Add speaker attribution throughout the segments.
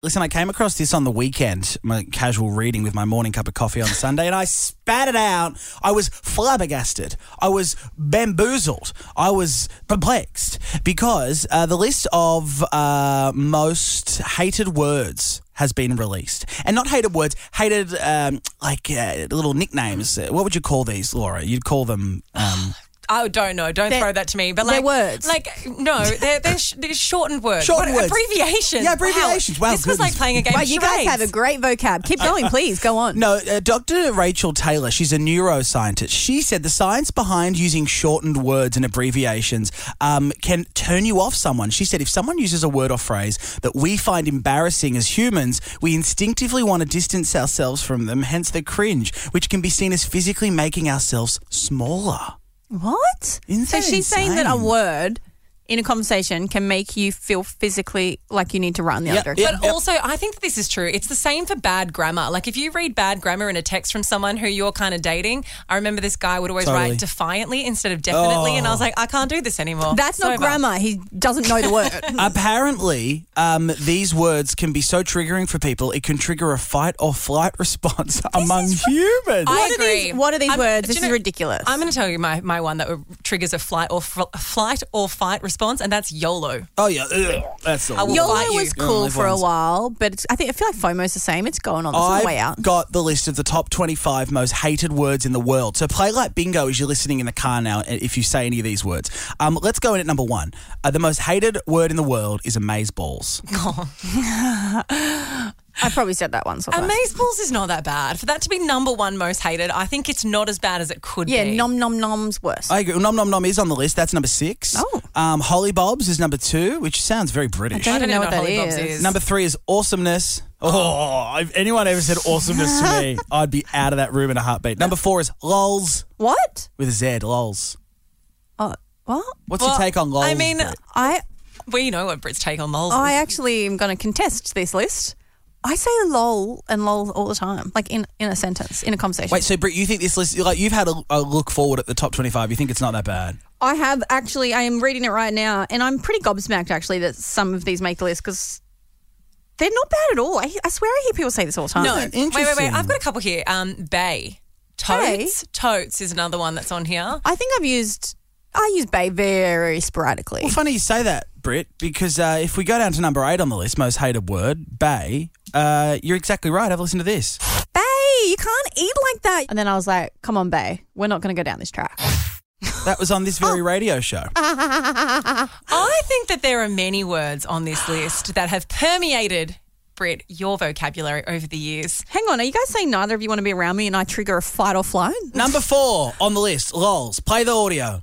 Speaker 1: Listen, I came across this on the weekend, my casual reading with my morning cup of coffee on Sunday, and I spat it out. I was flabbergasted. I was bamboozled. I was perplexed because uh, the list of uh, most hated words has been released. And not hated words, hated um, like uh, little nicknames. Uh, What would you call these, Laura? You'd call them. Um,
Speaker 2: I Oh, don't know. Don't
Speaker 3: They're-
Speaker 2: throw that to me. But
Speaker 3: they're
Speaker 2: like
Speaker 3: words.
Speaker 2: like no, they're, they're, sh- they're shortened words,
Speaker 1: Shortened
Speaker 2: What-
Speaker 1: words.
Speaker 2: abbreviations.
Speaker 1: Yeah, abbreviations. Wow,
Speaker 2: this was
Speaker 1: goodness.
Speaker 2: like playing a game.
Speaker 3: Wow,
Speaker 2: of
Speaker 3: you guys
Speaker 2: charades.
Speaker 3: have a great vocab. Keep going, please. Go on.
Speaker 1: Uh, No, uh, Dr. Rachel Taylor, she's a neuroscientist. She said the science behind using shortened words and abbreviations um, can turn you off someone. She said if someone uses a word or phrase that we find embarrassing as humans, we instinctively want to distance ourselves from them, hence the cringe, which can be seen as physically making ourselves smaller.
Speaker 3: What?
Speaker 1: Isn't
Speaker 3: so
Speaker 1: that
Speaker 3: she's saying that a
Speaker 1: insane?
Speaker 3: word in a conversation can make you feel physically like you need to run the
Speaker 1: Yeah,
Speaker 3: other
Speaker 1: yeah.
Speaker 3: direction.
Speaker 2: But also, I think that this is true. It's the same for bad grammar. Like if you read bad grammar in a text from someone who you're kind of dating, I remember this guy would always
Speaker 1: Totally.
Speaker 2: write defiantly instead of definitely, and I was like, I can't do this anymore.
Speaker 3: Oh. That's
Speaker 2: It's
Speaker 3: not
Speaker 2: over.
Speaker 3: grammar. He doesn't know the word.
Speaker 1: Apparently, um, these words can be so triggering for people, it can trigger a fight or flight response among humans.
Speaker 2: I
Speaker 3: what, Are
Speaker 2: agree.
Speaker 3: these, what are these
Speaker 2: I'm-
Speaker 3: words?
Speaker 2: do
Speaker 3: This
Speaker 2: you
Speaker 3: is
Speaker 2: know-
Speaker 3: ridiculous.
Speaker 2: I'm going to tell you my, my one that triggers a flight or fl- flight or fight response, and that's YOLO.
Speaker 1: oh, yeah. ugh, that's the
Speaker 2: I will
Speaker 1: worst.
Speaker 3: YOLO
Speaker 2: fight you.
Speaker 3: was
Speaker 1: Yeah,
Speaker 3: cool
Speaker 1: they've
Speaker 3: for a
Speaker 1: always-
Speaker 3: while, but it's, I think I feel like FOMO's the same. It's going on. It's on
Speaker 1: I've
Speaker 3: the way out.
Speaker 1: got the list of the top 25 most hated words in the world. So play like bingo as you're listening in the car now i- if you say any of these words. Um, let's go in at number one. Uh, the most hated word in the world is amazeballs.
Speaker 3: I probably said that once. Or twice.
Speaker 2: Amazeballs is not that bad. For that to be number one most hated, I think it's not as bad as it could
Speaker 3: Yeah,
Speaker 2: be.
Speaker 3: nom nom nom's worse.
Speaker 1: I agree. Nom Nom Nom is on the list. That's number six.
Speaker 3: Oh.
Speaker 1: Um, Holly Bobs is number two, which sounds very British.
Speaker 3: don't
Speaker 2: I don't
Speaker 3: even
Speaker 2: know,
Speaker 3: know
Speaker 2: what
Speaker 3: what that
Speaker 2: Hollybobs
Speaker 3: is.
Speaker 2: is.
Speaker 1: Number three is awesomeness. Oh, if anyone ever said awesomeness to me, I'd be out of that room in a heartbeat. Number four is lols
Speaker 3: what?
Speaker 1: with a Z, lols.
Speaker 3: Oh, what?
Speaker 1: What's
Speaker 2: Well,
Speaker 1: your take on lols?
Speaker 2: I mean,
Speaker 1: Brit?
Speaker 3: I
Speaker 2: we know what Brits take on moles.
Speaker 3: I actually am going to contest this list. I say lol and lol all the time, like in, in a sentence, in a conversation.
Speaker 1: Wait, so Britt, you think this list like you've had a, a look forward at the top twenty-five? You think it's not that bad?
Speaker 3: I have actually, I am reading it right now, and I'm pretty gobsmacked actually that some of these make the list because they're not bad at all. I, I swear I hear people say this all the time.
Speaker 2: No,
Speaker 1: Isn't it
Speaker 2: Wait, wait,
Speaker 1: interesting?
Speaker 2: wait. I've got a couple here. Um, Bay. Totes. Totes is another one that's on here.
Speaker 3: I think I've used, I use bay very sporadically.
Speaker 1: Well, funny you say that, Britt, because uh, if we go down to number eight on the list, most hated word, bay. Uh, you're exactly right. Have a listen to this.
Speaker 3: Bay, you can't eat like that. And then I was like, come on, Bay, we're not going to go down this track.
Speaker 1: That was on this very radio show.
Speaker 2: I think that there are many words on this list that have permeated, Brit, your vocabulary over the years.
Speaker 3: Hang on, are you guys saying neither of you want to be around me and I trigger a fight or flight?
Speaker 1: Number four on the list, lols. Play the audio.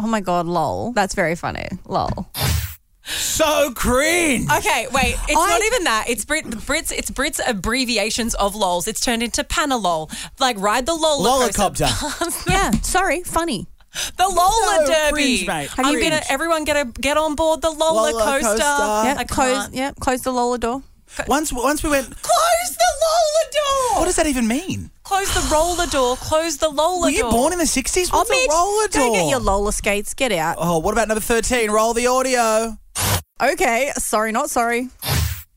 Speaker 3: Oh my God, lol. That's very funny. Lol.
Speaker 1: So cringe.
Speaker 2: Okay, wait. It's
Speaker 3: I-
Speaker 2: not even that. It's Brit, Brits. It's Brits abbreviations of lols. It's turned into panalol. Like ride the lol.
Speaker 1: Lollicopter.
Speaker 3: Yeah, sorry, funny.
Speaker 2: The Lola
Speaker 1: So
Speaker 2: Derby.
Speaker 1: cringe, mate.
Speaker 2: I'm
Speaker 1: Cringe.
Speaker 2: gonna everyone get a get on board the Lola,
Speaker 1: Lola
Speaker 2: coaster.
Speaker 1: coaster.
Speaker 2: I
Speaker 1: Yeah,
Speaker 3: Yep, close,
Speaker 2: can't.
Speaker 3: yep, close the Lola door.
Speaker 1: Once, once we went.
Speaker 2: Close the Lola door.
Speaker 1: What does that even mean?
Speaker 2: Close the roller door. Close the Lola
Speaker 1: Were
Speaker 2: door.
Speaker 1: you born in the sixties? What's a roller
Speaker 3: Go
Speaker 1: door?
Speaker 3: get your Oh, Lola skates, get out.
Speaker 1: oh, what about number thirteen? Roll the audio.
Speaker 3: Okay, sorry, not sorry.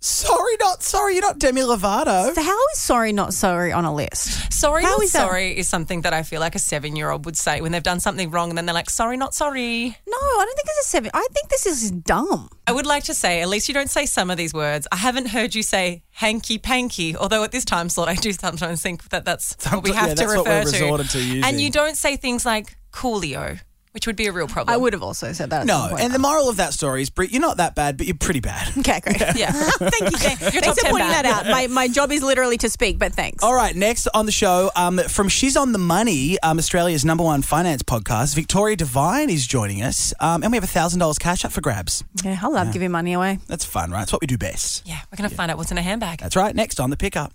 Speaker 1: Sorry, not sorry. You're not Demi Lovato.
Speaker 3: So, how is sorry, not sorry on a list?
Speaker 2: Sorry,
Speaker 3: How
Speaker 2: not
Speaker 3: is that?
Speaker 2: sorry is something that I feel like a seven year old would say when they've done something wrong and then they're like, sorry, not sorry.
Speaker 3: No, I don't think it's a seven. I think this is dumb.
Speaker 2: I would like to say, at least you don't say some of these words. I haven't heard you say hanky panky, although at this time slot, I do sometimes think that that's what we
Speaker 1: Sometimes-
Speaker 2: have
Speaker 1: yeah,
Speaker 2: to
Speaker 1: that's
Speaker 2: refer
Speaker 1: what we're
Speaker 2: to.
Speaker 1: resorted to using.
Speaker 2: And you don't say things like coolio, which would be a real problem.
Speaker 3: I would have also said that. At some
Speaker 1: No,
Speaker 3: point.
Speaker 1: and the moral of that story is, Brit, you're not that bad, but you're pretty bad.
Speaker 3: Okay, great.
Speaker 2: Yeah.
Speaker 3: Thank you, Jane.
Speaker 2: top
Speaker 3: Thanks for
Speaker 2: 10
Speaker 3: pointing
Speaker 2: back.
Speaker 3: that out. My, my job is literally to speak, but thanks.
Speaker 1: All right, next on the show, um, from She's on the Money, um, Australia's number one finance podcast, Victoria Devine is joining us, um, and we have $1,000 cash up for grabs.
Speaker 3: Yeah, I love giving uh, money away.
Speaker 1: That's fun, right? It's what we do best.
Speaker 2: yeah, we're going to find out what's in a handbag.
Speaker 1: That's right, next on The Pickup.